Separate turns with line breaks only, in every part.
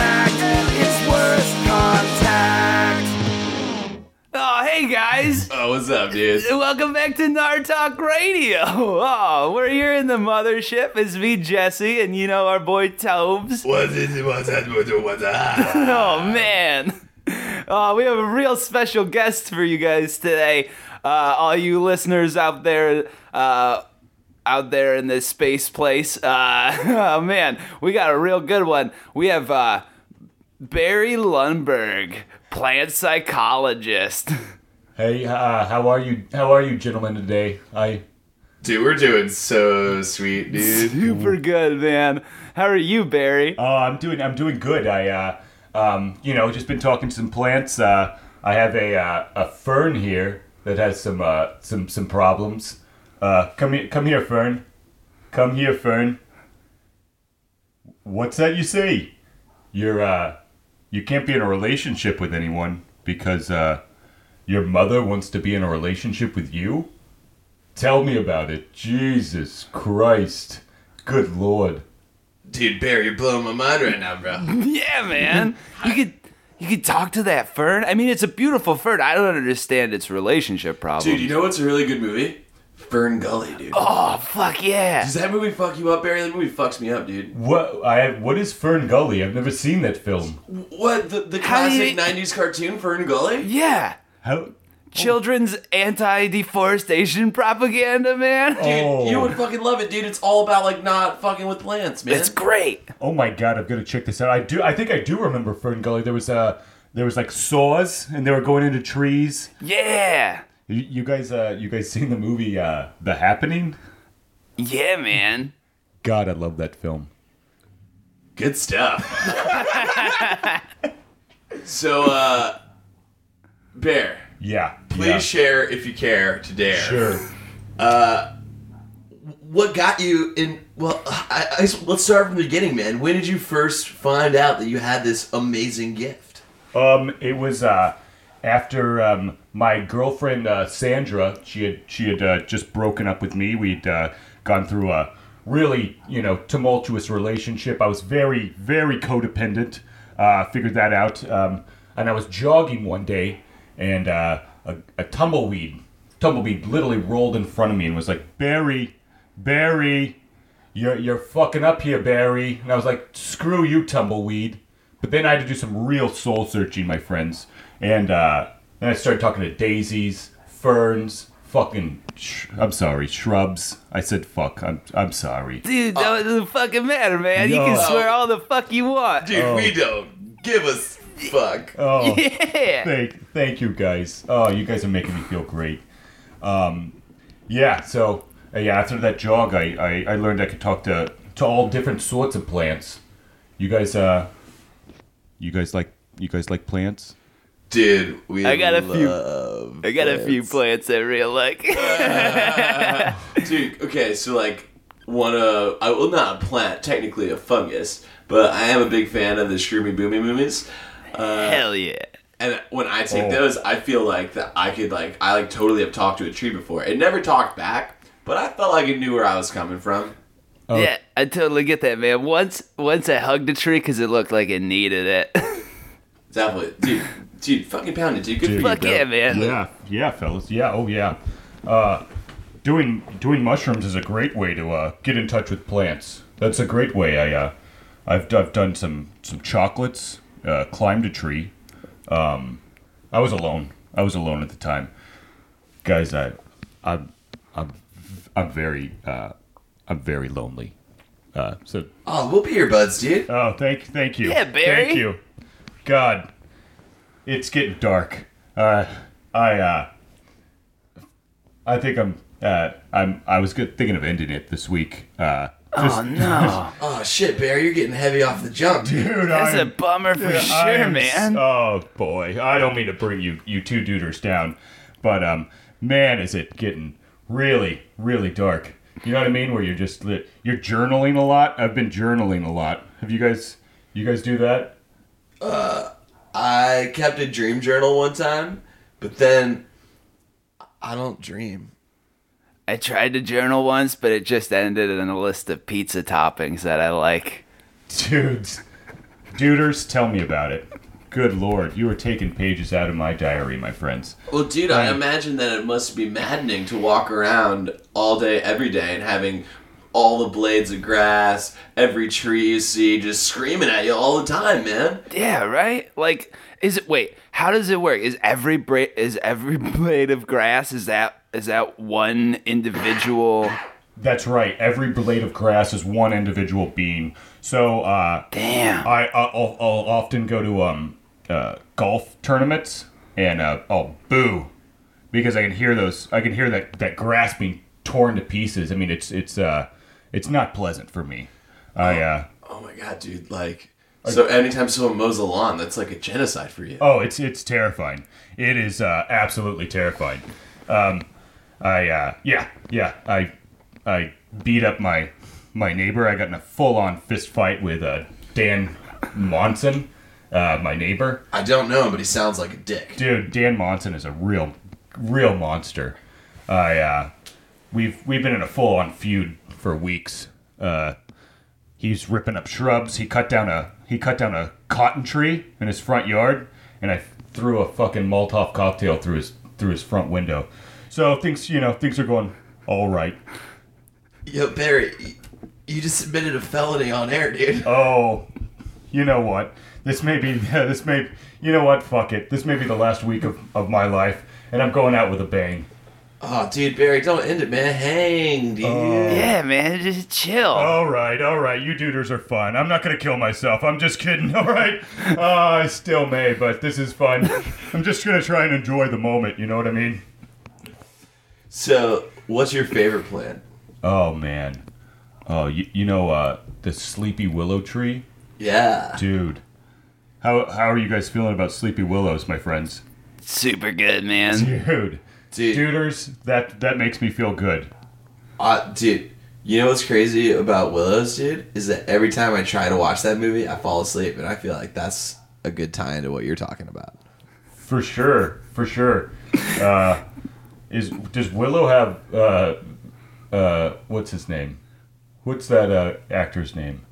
Oh, up, dudes?
Oh, Welcome back to Nard Talk Radio. Oh, we're here in the mothership. It's me, Jesse, and you know our boy Tobes.
What's this? What's that? What's that? What's that?
Oh man, oh, we have a real special guest for you guys today. Uh, all you listeners out there, uh, out there in this space place. Uh, oh man, we got a real good one. We have uh, Barry Lundberg, plant psychologist.
Hey, uh, how are you? How are you, gentlemen, today? I
Dude, we're doing so sweet, dude.
Super good, man. How are you, Barry?
uh, I'm doing I'm doing good. I uh, um, you know, just been talking to some plants. Uh, I have a uh, a fern here that has some uh, some some problems. Uh, come here, come here, fern. Come here, fern. What's that you say? You're uh, you can't be in a relationship with anyone because uh, your mother wants to be in a relationship with you. Tell me about it. Jesus Christ. Good Lord.
Dude, Bear, you're blowing my mind right now, bro.
Yeah, man. You could you could talk to that fern. I mean, it's a beautiful fern. I don't understand its relationship problem.
Dude, you know what's a really good movie? Fern Gully, dude.
oh, fuck yeah.
Does that movie fuck you up, Barry? That movie fucks me up, dude.
What I what is Fern Gully? I've never seen that film.
What the, the
How do
classic
you-
'90s cartoon Fern Gully?
yeah.
How?
Children's anti-deforestation propaganda, man.
Dude,
Oh.
you would fucking love it, dude. It's all about like not fucking with plants, man.
It's great.
Oh my god! I've got to check this out. I do. I think I do remember Fern Gully. There was uh, there was like saws, and they were going into trees.
Yeah.
You, you guys, uh, you guys seen the movie uh, The Happening?
Yeah, man.
God, I love that film.
Good stuff. so, uh, Bear,
Yeah.
please share if you care to dare.
Yeah. Sure.
What got you in? Well, I, I, let's start from the beginning, man. When did you first find out that you had this amazing gift?
Um, it was uh, after um, my girlfriend uh, Sandra. She had she had uh, just broken up with me. We'd uh, gone through a really you know tumultuous relationship. I was very very codependent. Uh, figured that out. Um, and I was jogging one day, and uh, a, a tumbleweed tumbleweed literally rolled in front of me and was like Barry, Barry you're you're fucking up here, Barry. And I was like, screw you, tumbleweed. But then I had to do some real soul searching, my friends, and uh, then I started talking to daisies, ferns, fucking. Sh- I'm sorry, shrubs. I said fuck. I'm I'm sorry.
Dude, that doesn't fucking matter, man. You
No.
can swear all the fuck you want.
Dude, we don't give a fuck.
Oh,
Yeah.
thank thank you guys. Oh, you guys are making me feel great. Um, yeah. So uh, yeah, after that jog, I, I I learned I could talk to to all different sorts of plants. You guys uh. You guys like you guys like plants?
Dude, we.
I got a few-
love
I got a few
plants.
plants I really like.
Dude, okay, so like one uh I will not a plant, technically a fungus, but I am a big fan of the Shroomy Boomy Moomies.
Hell yeah.
And when I take
Oh.
those, I feel like that I could like I like totally have talked to a tree before. It never talked back, but I felt like it knew where I was coming from.
Oh.
Yeah, I totally get that, man. Once once I hugged a tree because it looked like it needed it.
Definitely, dude, dude, fucking pound it, dude. Good
Dude.
for you,
Fuck
bro.
yeah, man.
Yeah, yeah, fellas. Yeah, oh yeah. Uh, doing doing mushrooms is a great way to uh, get in touch with plants. That's a great way. I uh, I've, I've done some some chocolates. Uh, climbed a tree. Um, I was alone. I was alone at the time, guys. I, I'm, I'm, I'm very, uh, I'm very lonely. Uh, so
Oh, we'll be your buds, dude.
Oh, thank, thank you.
Yeah, Barry.
Thank you. God, it's getting dark. Uh, I, uh, I think I'm, uh, I'm, I was good thinking of ending it this week. Uh,
Oh no,
Oh shit, Bear, you're getting heavy off the jump. Dude.
dude,
that's a
I'm-
bummer for
yeah,
sure,
I'm s-
man.
Oh boy, I don't mean to bring you, you two duders down, but um, man, is it getting really, really dark. You know what I mean? Where you're just li- you're journaling a lot. I've been journaling a lot. Have you guys, you guys do that?
I kept a dream journal one time, but then I don't dream.
I tried to journal once, but it just ended in a list of pizza toppings that I like.
Dudes, duders, tell me about it. Good lord, you are taking pages out of my diary, my friends.
Well, dude, I imagine that it must be maddening to walk around all day, every day, and having all the blades of grass, every tree you see, just screaming at you all the time, man.
Yeah, right. Like, is it? Wait, how does it work? Is every bra- is every blade of grass is that is that one individual?
That's right. Every blade of grass is one individual bean. So uh,
Damn.
I uh, I'll, I'll often go to um uh, golf tournaments and uh, I'll boo because I can hear those. I can hear that that grass being torn to pieces. I mean, it's it's uh it's not pleasant for me. I uh
Oh my god, dude! Like, so anytime someone mows a lawn, that's like a genocide for you.
oh, it's it's terrifying. It is uh, absolutely terrifying. Um, I uh yeah yeah I I beat up my my neighbor. I got in a full on fist fight with uh, Dan Monson, uh, my neighbor.
I don't know him, but he sounds like a dick.
dude, Dan Monson is a real, real monster. I, uh, we've we've been in a full-on feud for weeks. Uh, he's ripping up shrubs. He cut down a he cut down a cotton tree in his front yard, and I threw a fucking Molotov cocktail through his through his front window. So things, you know, things are going all right.
Yo, Barry, y- you just admitted a felony on air, dude.
Oh, you know what? This may be this may you know what? Fuck it. This may be the last week of, of my life, and I'm going out with a bang.
Oh, dude, Barry, don't end it, man. Hang, dude.
yeah, man. Just chill.
All right, all right. You duders are fun. I'm not gonna kill myself. I'm just kidding. All right. Uh, I still may, but this is fun. I'm just gonna try and enjoy the moment. You know what I mean?
So, what's your favorite plant?
Oh man. Oh, you, you know uh, the sleepy willow tree,
Yeah.
dude. How how are you guys feeling about sleepy willows, my friends?
Super good, man.
Dude,
Dude.
duders. That that makes me feel good.
Uh, dude, you know what's crazy about Willows, dude? Is that every time I try to watch that movie, I fall asleep, and I feel like that's a good tie into what you're talking about.
For sure, for sure. Uh, is does Willow have uh, uh, what's his name? What's that uh, actor's name?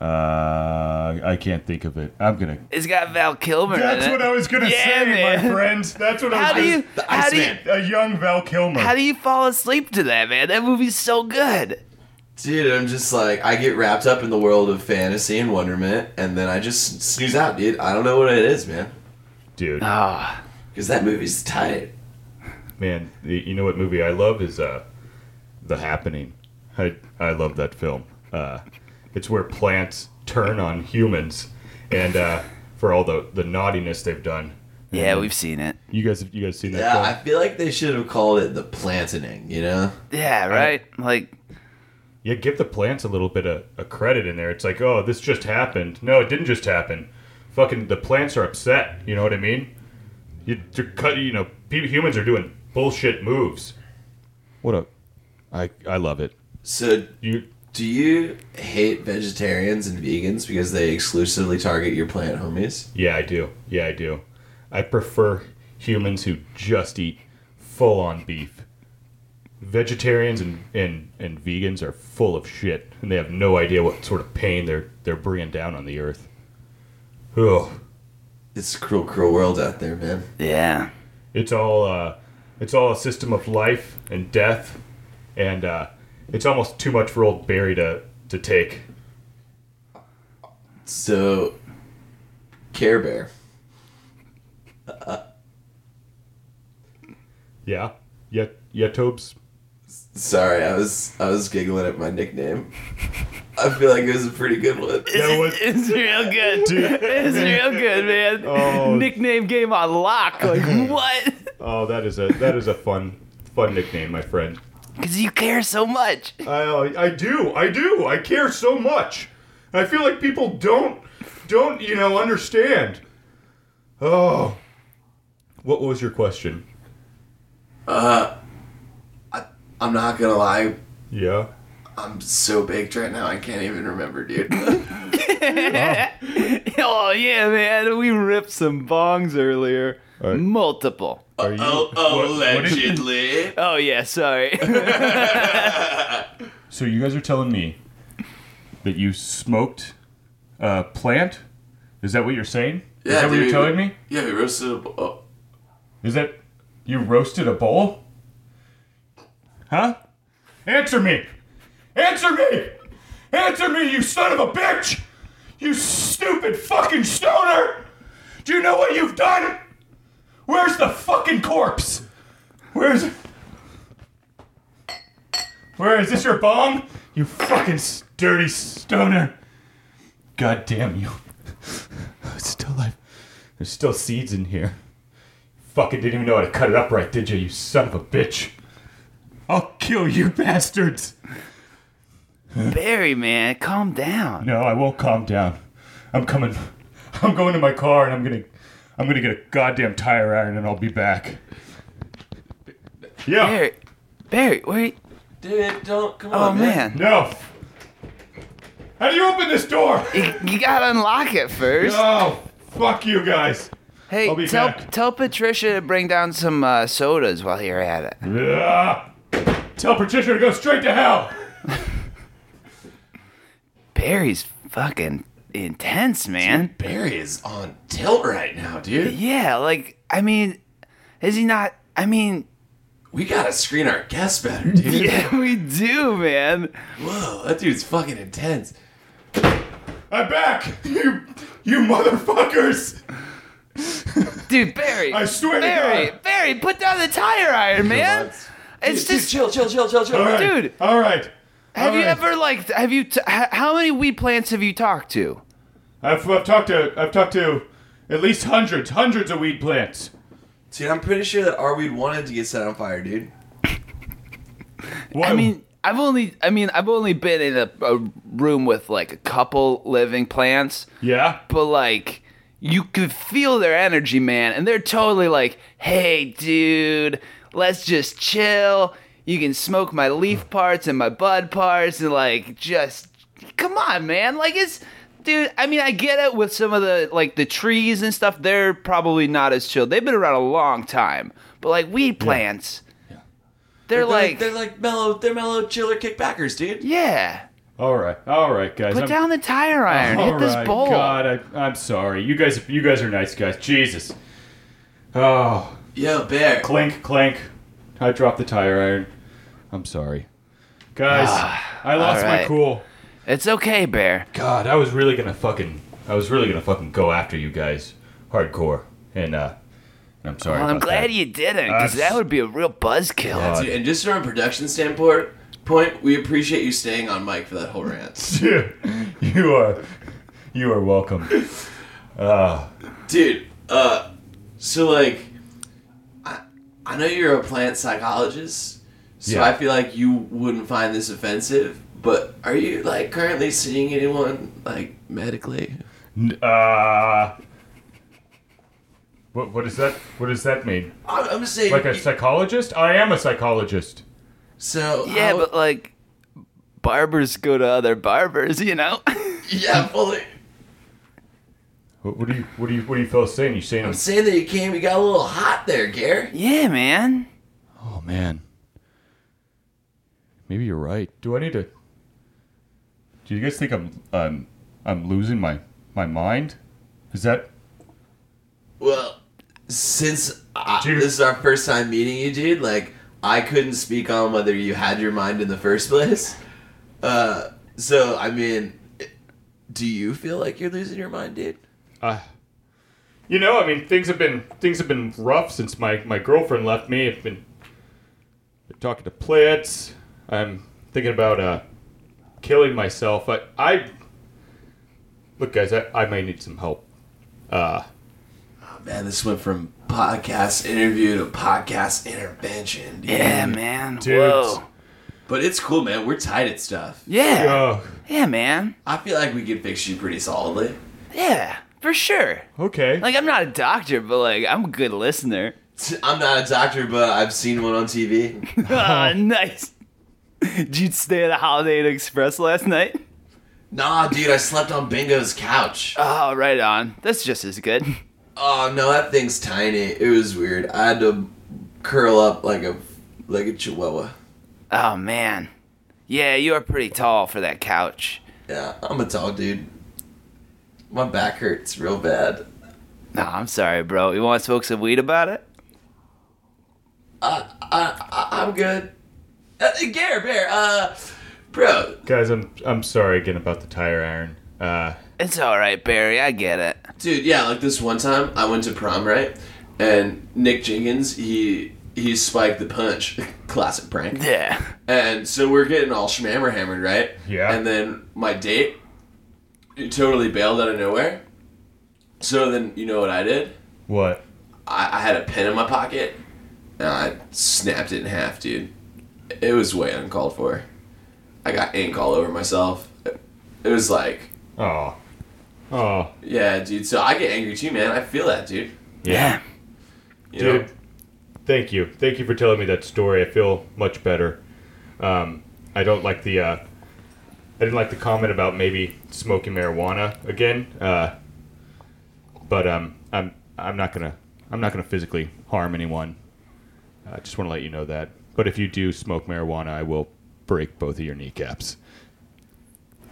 Um, uh, I can't think of it. I'm gonna.
It's got Val Kilmer
That's
in it.
what I was gonna
Yeah,
say, my
man.
friend. That's what
How
I
do
was.
you?
The
How do you?
Iceman.
gonna, a young Val Kilmer.
How do you fall asleep to that, man? That movie's so good.
Dude, I'm just like, I get wrapped up in the world of fantasy and wonderment, and then I just snooze out, dude. I don't know what it is, man.
Dude,
Oh,
Because that movie's tight.
man, y- you know what movie I love is uh, The Happening. I I love that film. Uh, it's where plants turn on humans, and uh, for all the the naughtiness they've done.
yeah, we've seen it.
You guys, you guys seen that?
Yeah,
film?
I feel like they should have called it the planting, you know?
Yeah, right. Like,
yeah. Give the plants a little bit of, of credit in there. It's like, oh, this just happened. No, it didn't just happen. Fucking the plants are upset. You know what I mean? You to cut. You know, pe- humans are doing bullshit moves. What a, I I love it.
So,
You
do you hate vegetarians and vegans because they exclusively target your plant homies?
Yeah, I do. Yeah, I do. I prefer humans who just eat full on beef. Vegetarians and, and, and vegans are full of shit, and they have no idea what sort of pain they're they're bringing down on the earth. Ugh.
It's a cruel, cruel world out there, man.
yeah.
It's all uh, it's all a system of life and death, and uh, it's almost too much for old Barry to, to take.
So, Care Bear.
Yeah, yeah, yeah, Tobes.
Sorry, I was I was giggling at my nickname. I feel like it was a pretty good one.
That was
It's real good. It's real good, man.
Oh.
Nickname game on lock. Like what?
oh, that is a that is a fun fun nickname, my friend.
Because you care so much.
Uh, I, I do. I do. I care so much. I feel like people don't don't you know understand. Oh, what was your question?
I'm not gonna lie,
Yeah.
I'm so baked right now I can't even remember, dude.
Oh yeah, man. We ripped some bongs earlier.
Alright.
Multiple.
Are you?
allegedly.
Oh yeah, sorry.
so you guys are telling me that you smoked a plant Is that what you're saying? Is
Yeah,
that what
dude,
you're telling me?
Yeah, oh, we roasted a bull.
Is that you roasted a bowl? Huh? Answer me! Answer me! Answer me, you son of a bitch! You stupid fucking stoner! Do you know what you've done? Where's the fucking corpse? Where's Where is this your bomb? You fucking s- dirty stoner! God damn you. It's still alive. There's still seeds in here. Fucking didn't even know how to cut it up right, did you, you son of a bitch? I'll kill you bastards!
Barry, man, calm down.
No, I won't calm down. I'm coming. I'm going to my car and I'm gonna. I'm gonna get a goddamn tire iron and I'll be back. Yeah!
Barry, Barry, where?
Dude, don't come
Oh
on,
man,
No! How do you open this door?
you, you gotta unlock it first.
Oh, fuck you guys! I'll
Hey,
be
tell
back.
tell Patricia to bring down some uh, sodas while you're at it.
Hmm? Yeah. Tell Patricia to go straight to hell!
Barry's fucking intense, man.
Barry is on tilt right now, dude.
Yeah, like I mean, is he not? I mean,
We gotta screen our guests better, dude.
yeah, we do, man.
Whoa, that dude's fucking intense.
I'm back! You. You motherfuckers!
Dude, Barry.
I swear to
Barry,
God.
Barry, put down the tire iron, man. It's
Dude,
just,
chill, chill, chill, chill, chill.
All right.
Dude.
All right.
have
All
you
right.
ever like, have you? T- h- how many weed plants have you talked to?
I've, I've talked to I've talked to at least hundreds, hundreds of weed plants.
Dude, I'm pretty sure that Arweed wanted to get set on fire, dude.
What,
I mean, I've only, I mean, I've only been in a, a room with like a couple living plants,
yeah.
but like, you could feel their energy, man, and they're totally like, "Hey, dude, let's just chill. You can smoke my leaf parts and my bud parts, and like, just come on, man. Like, it's." Dude, I mean, I get it with some of the like the trees and stuff. They're probably not as chill. They've been around a long time, but like weed plants, they're, like,
they're like mellow, they're mellow chiller kickbackers, dude.
yeah.
All right, all right, guys.
Put
I'm-
down the tire iron.
All
Hit this
right,
bowl.
God, I, I'm sorry. You guys, you guys are nice guys. Jesus. Oh,
Yo, Bear.
clink, clink. I dropped the tire iron. I'm sorry, guys.
Ah,
I lost my
right.
cool.
It's okay, Bear.
God, I was really gonna fucking, I was really gonna fucking go after you guys, hardcore. And uh, I'm sorry.
Well, I'm
about
glad
that.
you didn't, because
Uh,
that would be a real buzzkill.
Dude, and just from a production standpoint, point, we appreciate you staying on mic for that whole rant.
Dude, you are you are welcome.
Dude, uh, so like, I, I know you're a plant psychologist, so
Yeah.
I feel like you wouldn't find this offensive, but are you like currently seeing anyone like medically?
N- Uh, what what does that what does that mean?
I'm, I'm just saying.
Like a psychologist? I am a psychologist.
so
yeah,
how-
but like, barbers go to other barbers, you know?
yeah, fully.
What, what do you what do you what do you fellas saying? You saying I'm
I'm saying that you came, you got a little hot there, Gary.
yeah, man.
Oh man. Maybe you're right. Do I need to? Do you guys think I'm um I'm losing my my mind? Is that
Well, since I,
Dude.
this is our first time meeting you, dude, like I couldn't speak on whether you had your mind in the first place. Uh, so I mean, do you feel like you're losing your mind, dude?
Uh, you know, I mean, things have been things have been rough since my my girlfriend left me. I've been been talking to plants. I'm thinking about uh, killing myself. I, I look, guys, I, I may need some help. Uh,
Oh, man, this went from podcast interview to podcast intervention, dude.
Yeah, man.
Dude.
Whoa.
But it's cool, man. We're tight at stuff.
Yeah.
oh,
Yeah, man.
I feel like we could fix you pretty solidly.
Yeah, for sure.
okay.
Like, I'm not a doctor, but like, I'm a good listener.
I'm not a doctor, but I've seen one on TV.
Ah, nice. Did you stay at a Holiday Inn Express last night?
nah, dude, I slept on Bingo's couch.
Oh, right on. That's just as good.
Oh no, that thing's tiny. It was weird. I had to curl up like a like a chihuahua.
Oh man, yeah, you are pretty tall for that couch.
Yeah, I'm a tall dude. My back hurts real bad.
Nah, I'm sorry, bro. You want to smoke some weed about it?
I, I'm good. Uh, Gare Bear, uh, bro,
Guys, I'm I'm sorry again about the tire iron. Uh,
It's all right, Barry. I get it.
dude yeah like this one time i went to prom right and nick jenkins he he spiked the punch classic prank
Yeah.
and so we're getting all schmammer hammered right
Yeah.
and then my date it totally bailed out of nowhere so then you know what i did
what?
i, I had a pen in my pocket and i snapped it in half dude it was way uncalled for i got ink all over myself it was like
Oh, oh,
yeah dude so i get angry too man i feel that dude
Yeah.
you know?
dude. Thank you, thank you for telling me that story. I feel much better. Um, I don't like the. Uh, I didn't like the comment about maybe smoking marijuana again. Uh, but um, I'm I'm not gonna I'm not gonna physically harm anyone. I just want to let you know that. But if you do smoke marijuana, I will break both of your kneecaps.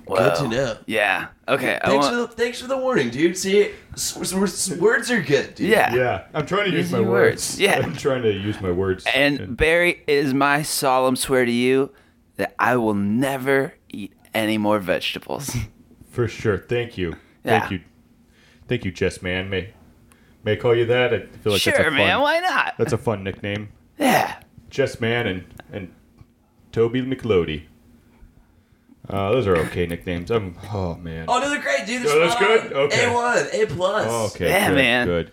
Good to
Whoa.
know.
Yeah. Okay. I
Thanks,
want-
for the, thanks for the warning, dude. See, s- s- s- words are good, dude.
yeah.
Yeah, I'm trying to use
Use
my
your
words.
words. Yeah.
I'm trying to use my words.
And Barry, it is my solemn swear to you that I will never eat any more vegetables.
for sure, thank you,
Yeah.
thank you, thank you, Jess Man. May may I call you that? I feel like that's a
sure,
fun,
man. Why not?
That's a fun nickname,
yeah.
Jess Man and and Toby McLody. Uh, those are okay nicknames. I'm oh man.
Oh, those are great, dude.
Oh, that's
spot
good?
on.
Okay.
A one, A plus.
Oh, okay,
yeah,
good,
man.
Good.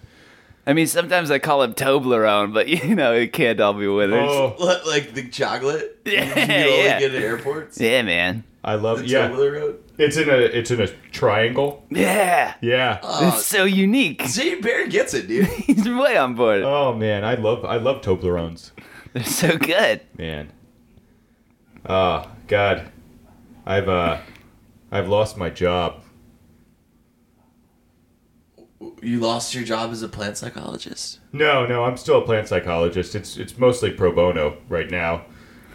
I mean, sometimes I call him Toblerone, but you know, it can't all be winners.
Oh,
Look, like the chocolate.
Yeah,
you can only
yeah.
get at airports.
Yeah, man.
I love.
That's
Yeah,
Tumbler Road.
it's in a it's in a triangle.
Yeah.
Yeah.
Oh,
it's so unique.
see, Barry gets it, dude.
He's way on board.
Oh man, I love I love Toblerones.
They're so good.
Man. Ah, God. I've uh I've lost my job.
You lost your job as a plant psychologist.
No, no, I'm still a plant psychologist. It's it's mostly pro bono right now.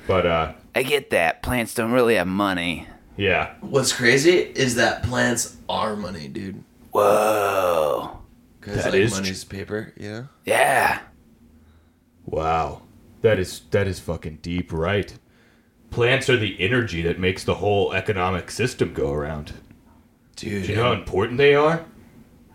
But uh
I get that. Plants don't really have money.
yeah.
What's crazy is that plants are money, dude.
Whoa.
Because
That
like,
is
money's paper, you know.
Yeah.
Wow. That is that is fucking deep right. Plants are the energy that makes the whole economic system go around.
Dude,
Do you know how important they are?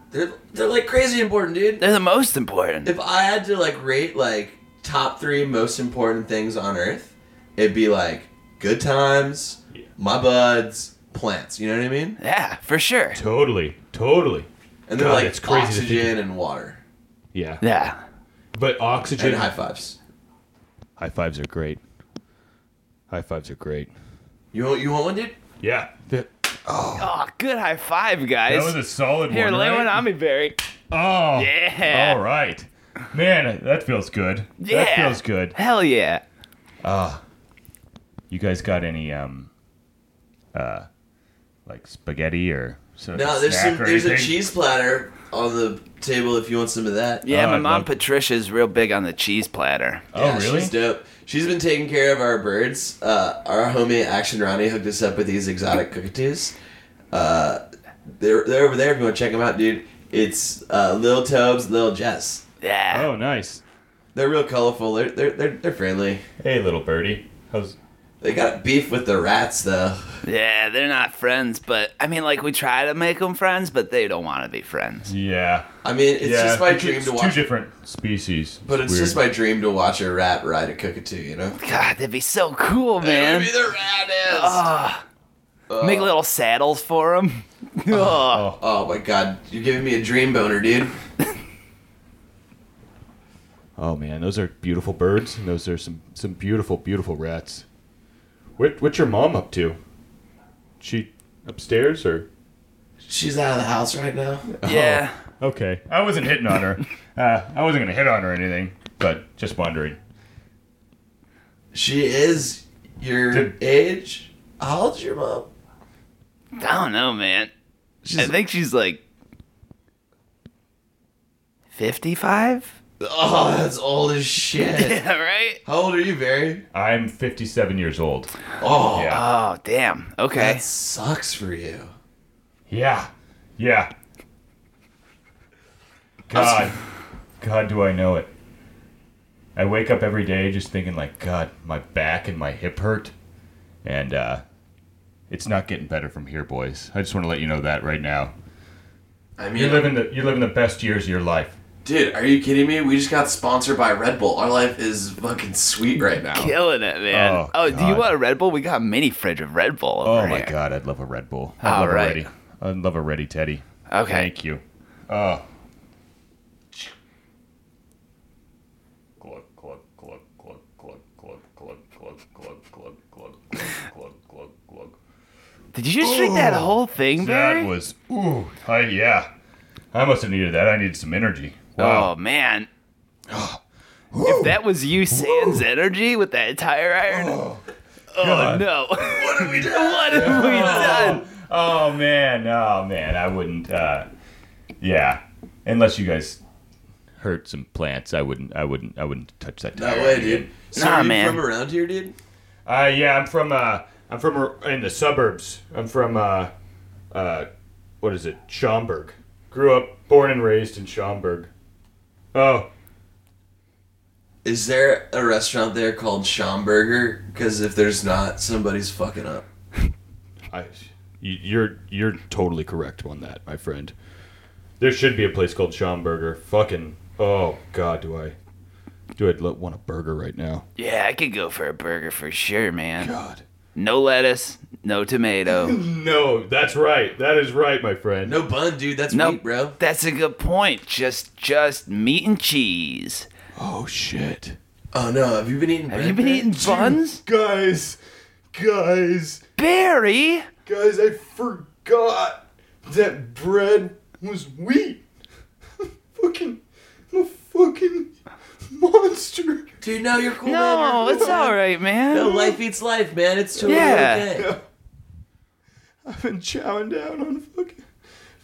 they're they're like crazy important, dude.
They're the most important.
If I had to like rate like top three most important things on Earth, it'd be like good times,
Yeah.
my buds, plants. You know what I mean?
Yeah, for sure.
Totally. Totally.
And then
God,
like
it's crazy to think
oxygen and water
Yeah.
Yeah.
But oxygen
and high fives.
high fives are great. High fives are great.
You want you want one, dude?
Yeah. That
Oh, good high five, guys.
was a solid
Here,
one.
lay
right?
one on me, Barry.
Oh.
Yeah.
All right. Man, that feels good. That
Yeah.
feels good.
Hell yeah.
You guys got any um uh like spaghetti or so
No, there's some there's a cheese platter on the table if you want some of that.
Yeah,
Oh,
my
I'd
mom
love-
Patricia's real big on the cheese platter.
Oh, really?
She's dope. She's been taking care of our birds. Uh, our homie Action Ronnie hooked us up with these exotic cockatoos. Uh, they're they're over there. If you want to check them out, dude, it's uh, Lil Tobes, Lil Jess.
Yeah.
Oh, nice.
They're real colorful. They're they're they're, they're friendly.
Hey, little birdie. How's
They got beef with the rats though.
Oh.
Yeah, they're not friends, but I mean, like, we try to make them friends, but they don't want to be friends.
Yeah.
I mean, it's
yeah.
just my
it's,
dream
it's
to
two
watch.
different species.
but it's just my dream to watch a rat ride a cockatoo. You know.
God, that'd be so cool,
Maybe
man.
the rat is.
Ah. Make little saddles for them.
oh my god, you're giving me a dream boner, dude.
Oh man, those are beautiful birds. And those are some some beautiful beautiful rats. What what's your mom up to? She upstairs or
She's out of the house right now.
Oh.
Yeah.
Okay. I wasn't hitting on her. uh, I wasn't going to hit on her or anything, but just wondering.
She is your
Did-
age. How old's your mom?
I don't know, man. I
She's
think she's like 55?
oh, that's old as shit.
Yeah, right?
How old are you, Barry?
I'm 57 years old.
Oh,
Yeah.
Oh, damn. Okay.
that sucks for you.
Yeah. Yeah. God, God, do I know it. I wake up every day just thinking, like, God, my back and my hip hurt, and uh, it's not getting better from here, boys. I just want to let you know that right now.
I
You're
mean,
living the you're living the best years of your life.
dude, are you kidding me? We just got sponsored by Red Bull. Our life is fucking sweet right now.
Killing it, man.
Oh,
Oh, do you
God.
want a Red Bull? We got a mini fridge of Red Bull. Over
Oh my
here.
God, I'd love a Red Bull. I'd
All
love
right.
a ready. I'd love a ready Teddy.
Okay.
Thank you. Oh. Glug glug glug glug glug glug glug glug glug glug glug glug glug glug.
Did you just drink that whole thing, Barry?
That was ooh. I yeah. I must have needed that. I needed some energy. Wow.
Oh man. if that was you, Sans Energy, with that tire iron. Oh,
God.
no. what have we done? what have we done?
Oh man, oh man, I wouldn't. Uh, yeah, unless you guys hurt some plants, I wouldn't. I wouldn't. I wouldn't touch that.
No
tire
way,
again.
dude. So
Nah,
are you
man.
from around here, dude?
Uh, yeah, I'm from. Uh, I'm from uh, in the suburbs. I'm from. Uh, uh, what is it? Schaumburg. Grew up, born and raised in Schaumburg. Oh,
Is there a restaurant there called Schomburger? Because if there's not, somebody's fucking up.
I. you- You're you're totally correct on that, my friend. There should be a place called Schaumburger. Fucking. Oh God, do I. Do I lo- want a burger right now?
Yeah, I could go for a burger for sure, man.
God.
No lettuce, no tomato.
No, that's right. That is right, my friend.
No bun, dude. That's
no,
weak, bro.
That's a good point. Just, just meat and cheese.
Oh shit.
Oh no, have you been eating?
Have you been eating buns,
Guys, guys,
Barry?
guys, I forgot that bread was wheat. fucking I'm a fucking monster.
Dude, no, you're cool. man.
No,
You're
it's
cool.
all right, man.
No, life eats life, man. It's totally
Yeah.
okay.
I've been chowing down on fucking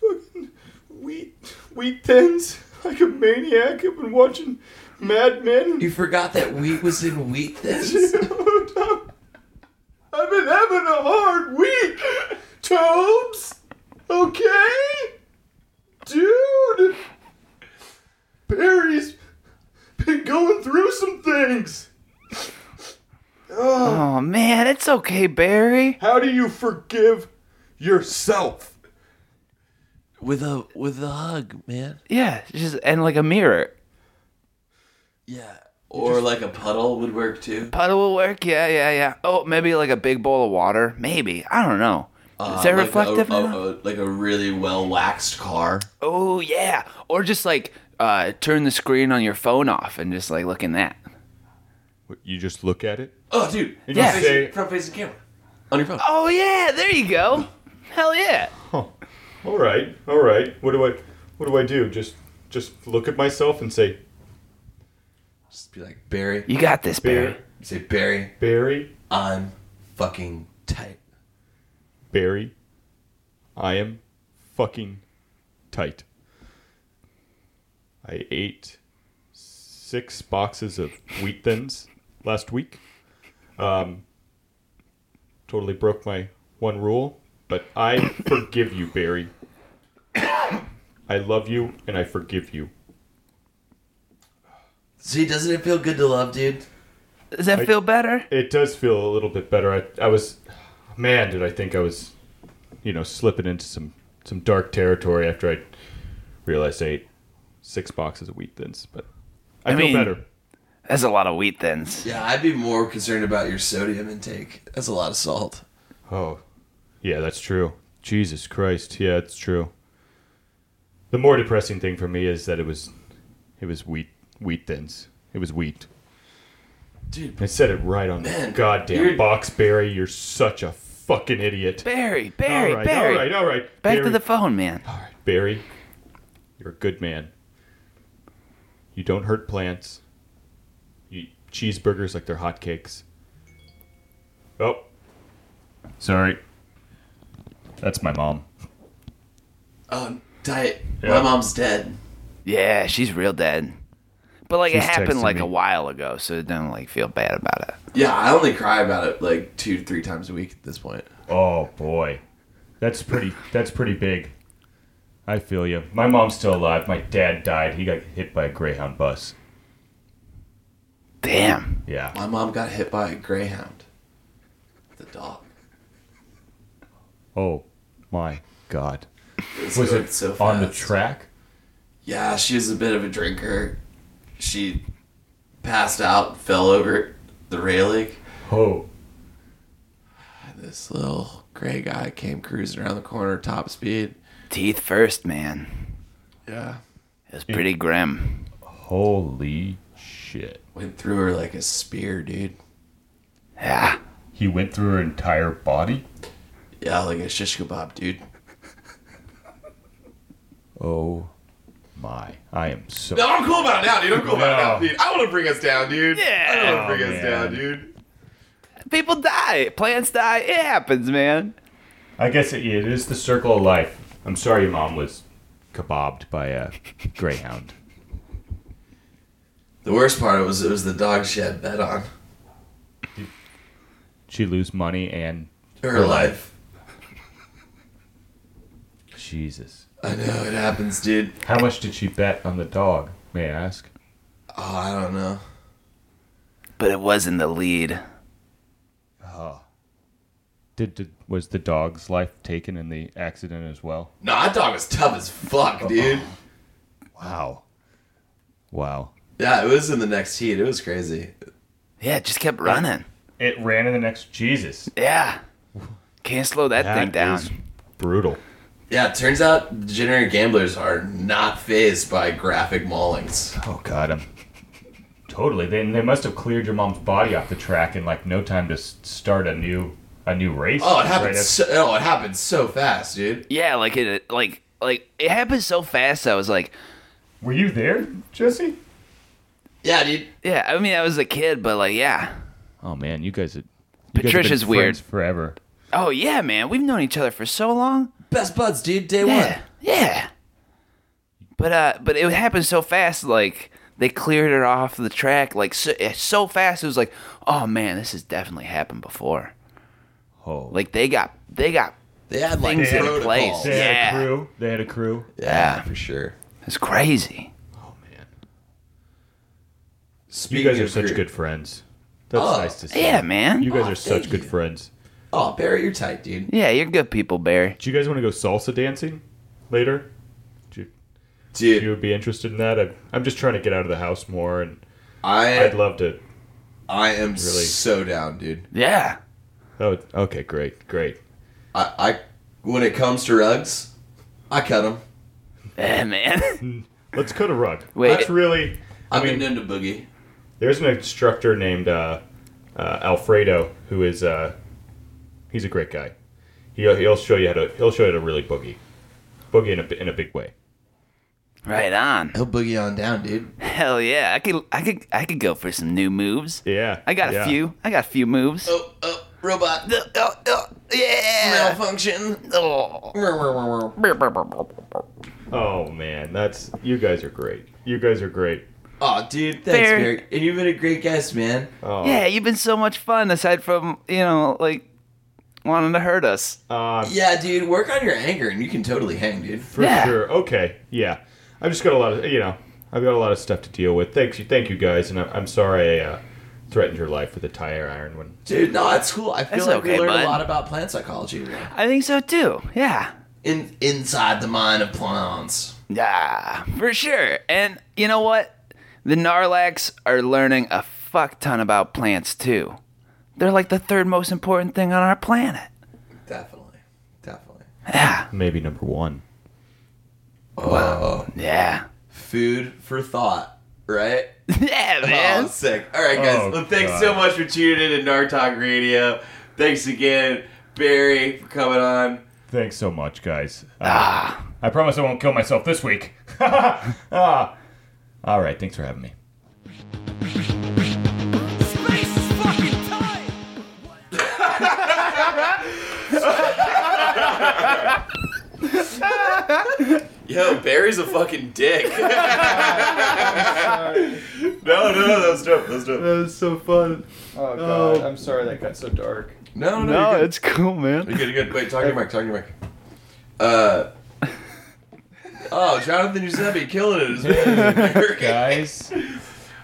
fucking wheat wheat thins like a maniac. I've been watching Mad Men.
You forgot that wheat was in wheat thins.
I've been having a hard week, Tobes. Okay, dude. Barry's been going through some things.
Oh man, it's okay, Barry.
How do you forgive yourself?
with a with a hug, man.
Yeah, just and like a mirror.
Yeah. Or like a puddle would work too.
Puddle will work. Yeah, yeah, yeah. Oh, maybe like a big bowl of water. Maybe I don't know.
Uh,
Is that
like oh,
reflective?
A, a,
enough?
a- like a really well waxed car.
oh yeah, or just like uh, turn the screen on your phone off and just like look in that.
You just look at it.
Oh, dude.
And
Yeah.
you say,
Front facing camera. On your phone.
Oh yeah, there you go. Hell yeah.
"All right, all right. What do I, what do I do? Just, just look at myself and say,
Just be like Barry.
You got this, Barry.
Barry,
Say Barry.
Barry,
I'm fucking tight.
Barry. I am fucking tight. I ate six boxes of wheat thins last week. Um, totally broke my one rule, but I forgive you, Barry. I love you and I forgive you.
See, doesn't it feel good to love, dude?
Does that feel better?
It does feel a little bit better. I, I was, man, did I think I was, you know, slipping into some some dark territory after I realized I ate six boxes of wheat thins. But I,
I
feel
mean-
better.
That's a lot of wheat thins.
Yeah, I'd be more concerned about your sodium intake. That's a lot of salt.
Oh, yeah, that's true. Jesus Christ, yeah, it's true. The more depressing thing for me is that it was, it was wheat wheat thins. It was wheat.
Dude.
I said it right on
Man,
the goddamn
you're-
box, Barry. You're such a fucking idiot.
Barry, Barry,
all right,
Barry.
all right, all right.
Back to
Barry.
the phone, man.
Barry, you're a good man. You don't hurt plants. You eat cheeseburgers like they're hotcakes. Oh. Sorry. That's my mom.
Oh, diet.
Yeah.
My mom's dead.
Yeah, she's real dead. But like
She's
it happened
texting
like
me.
a while ago, so don't like feel bad about it.
Yeah, I only cry about it like two to three times a week at this point.
Oh boy. That's pretty that's pretty big. I feel you. My mom's still alive. My dad died. He got hit by a Greyhound bus.
Damn.
Yeah.
My mom got hit by a greyhound. The dog.
Oh my God.
It's
Was
going
it
so
on the
fast.
track?
Yeah, she was a bit of a drinker. She passed out, fell over the railing.
Oh.
And this little gray guy came cruising around the corner, top speed.
Teeth first, man.
Yeah.
It was pretty grim.
Holy shit.
Went through her like a spear, dude.
Yeah.
He went through her entire body?
Yeah, like a shish kebab, dude.
Oh my. I am so.
No, I'm cool about it now, dude. I'm cool about it now,
No.
dude. I want to bring us down, dude. I don't
Yeah.
want to bring
Oh,
us down,
man.
dude.
People die. Plants die. It happens, man.
I guess it, it is the circle of life. I'm sorry your mom was kebabbed by a Greyhound.
The worst part was it was the dog she had bet on.
She lose money and.
Her,
Her
life.
Jesus.
I know, it happens, dude.
How much did she bet on the dog, may I ask?
Oh, I don't know.
But it was in the lead.
Did, did was the dog's life taken in the accident as well?
No, that dog was tough as fuck, dude.
Wow. Wow.
Yeah, it was in the next heat. It was crazy.
Yeah, it just kept running.
It ran in the next Jesus.
Yeah. Can't slow that, thing down.
is brutal.
Yeah, it turns out degenerate gamblers are not phased by graphic maulings.
Oh god, I'm totally. They they must have cleared your mom's body off the track in like no time to s- start a new a new race.
Oh, it
Right
happened.
after-
So, oh, it happened so fast, dude.
Yeah, like it like like it happened so fast I was like,
Were you there, Jesse?
Yeah, dude.
yeah, I mean I was a kid, but like yeah.
Oh man, you guys. Had,
guys have been Patricia's weird. friends
Forever.
Oh yeah, man. We've known each other for so long.
Best buds, dude. Day
Yeah. Yeah. But uh but it happened so fast like they cleared it off the track like so, eh, so fast it was like, "Oh man, this has definitely happened before."
Oh,
Like they got they got
They had like
Things in
protocol.
place.
they
yeah.
had a crew. They had a crew.
Yeah, for sure.
it's crazy.
Oh man,
Speaking
you guys are
of
such
crew-
good friends. That's
Oh,
nice to see.
Yeah, man.
You guys
Aw,
are such
thank
good
you.
friends.
Oh, Barry, you're tight, dude.
yeah, you're good people, Barry.
Do you guys want to go salsa dancing later? Do you,
Dude,
you would be interested in that? I'm, I'm just trying to get out of the house more, and I'd
I
love to.
I am so down, dude.
Yeah.
Oh, okay, great, great.
I, I when it comes to rugs, I cut them.
Yeah, man.
Let's cut a rug.
Wait.
That's really.
I've
I mean,
been into boogie.
there's an instructor named uh, uh, Alfredo who is uh, he's a great guy. He'll, he'll show you how to he'll show you how to really boogie, boogie in a in a big way.
right on.
He'll boogie on down, dude.
Hell yeah. I could I could I could go for some new moves.
Yeah,
I got
yeah.
a few. I got a few moves.
Oh, oh, robot.
Uh, uh, uh, yeah.
Malfunction.
Oh.
Oh man, that's you guys are great. You guys are great.
Oh, dude, thanks,
Fair.
Barry. And you've been a great guest, man.
Oh,
Yeah, you've been so much fun aside from, you know, like wanting to hurt us.
um,
Yeah, dude, work on your anger and you can totally hang, dude.
for
Yeah.
sure. Okay, yeah. I've just got a lot of you know I've got a lot of stuff to deal with. Thanks you, thank you guys, and I'm, I'm sorry I uh, threatened your life with a tire iron when
Dude, no, that's cool. I feel
That's
like we
okay,
learned
bud.
a lot about plant psychology today.
I think so too. Yeah.
In, inside the mind of plants.
Yeah, for sure. And you know what? The Narlax are learning a fuck ton about plants too. They're like the third most important thing on our planet.
Definitely. Definitely.
Yeah.
maybe number one.
Wow.
Yeah.
Food for thought, right?
Yeah, man.
Oh, sick. All right, guys.
Oh,
well, thanks
God.
so much for tuning in to Nard Talk Radio. Thanks again, Barry, for coming on.
Thanks so much, guys. ah. I promise I won't kill myself this week. ah. All right, thanks for having me.
Yo, Barry's a fucking dick. no, no, no, that was dope. That was dope.
That was so fun.
Oh god, I'm sorry that got so dark.
No, no, no. You're good.
cool, man.
You're good, you're good. Wait, talk to your mic. Talk to your mic. Uh, Oh, Jonathan Giuseppe killing it. as well.
guys.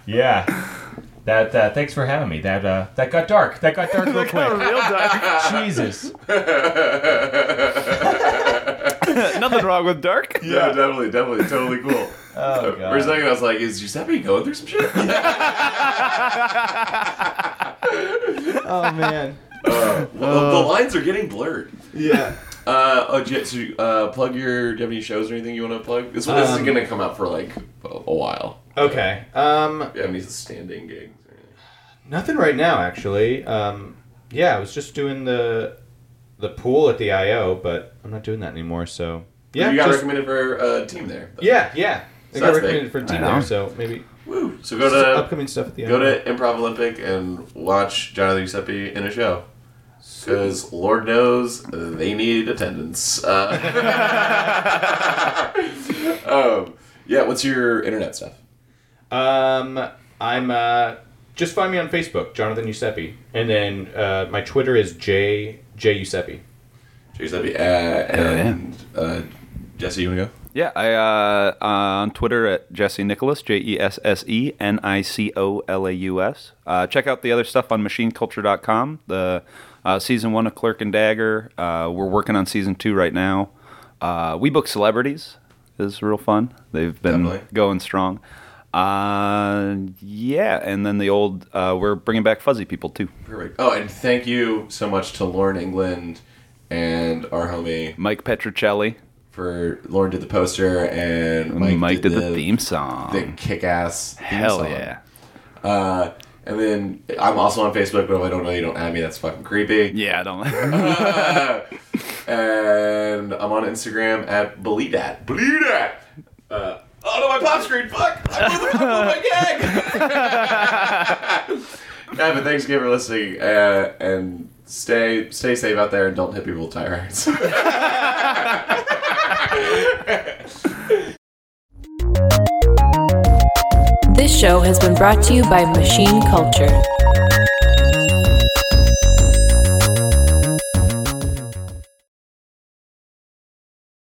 Yeah. That uh, thanks for having me. That uh, that got dark. That got dark real quick.
Real dark.
Jesus.
Nothing wrong with dark.
yeah, definitely, definitely, totally cool.
Oh
For a
god.
second, I was like, is Giuseppe going through some shit?
Oh man. Oh.
Well, the lines are getting blurred.
Yeah.
Uh, oh, do you- so you, uh, plug your. Do you have any shows or anything you want to plug? This one this is
Um,
gonna come out for like a, a while.
Okay. Um,
Do you have any standing gigs? or anything?
nothing right now actually. Um, yeah, I was just doing the the pool at the IO, but I'm not doing that anymore. So yeah,
Oh, you got
just-
recommended for a team there. but-
yeah, yeah.
So
I got
that's big.
recommended for team
know.
there, so maybe
Woo. So go
just
to
upcoming stuff at the
go
IO.
to Improv Olympic and watch Jonathan Giuseppe in a show. Because Lord knows they need attendance. Uh, um, yeah, what's your internet stuff?
Um, I'm uh, just find me on Facebook, Jonathan Giuseppe, and then uh, my Twitter is J J Giuseppe.
Giuseppe uh, and uh, Jesse, you want to go?
Yeah, I uh, uh, on Twitter at Jesse Nicholas, J E S S E N I C O L A U S. Uh, Check out the other stuff on machineculture.com. The uh, season one of Clerk and Dagger. Uh, we're working on season two right now. Uh, we book celebrities. is real fun. They've been
Definitely.
going strong. Uh, yeah, and then the old uh, we're bringing back fuzzy people too.
Perfect. Oh, and thank you so much to Lauren England and our homie
Mike Petricelli.
for Lauren did the poster and Mike,
Mike, did, the, theme song.
the kick-ass theme
Hell
song.
yeah.
Uh, and then I'm also on Facebook, but if I don't know you, don't add me. That's fucking creepy.
Yeah, I don't.
and I'm on Instagram at believe that. Believe that. Uh, oh no, my pop screen. Fuck! I blew the I blew my gag. yeah, but thanks again for listening, uh, and stay stay safe out there, and don't hit people with tire irons.
This show has been brought to you by Machine Culture.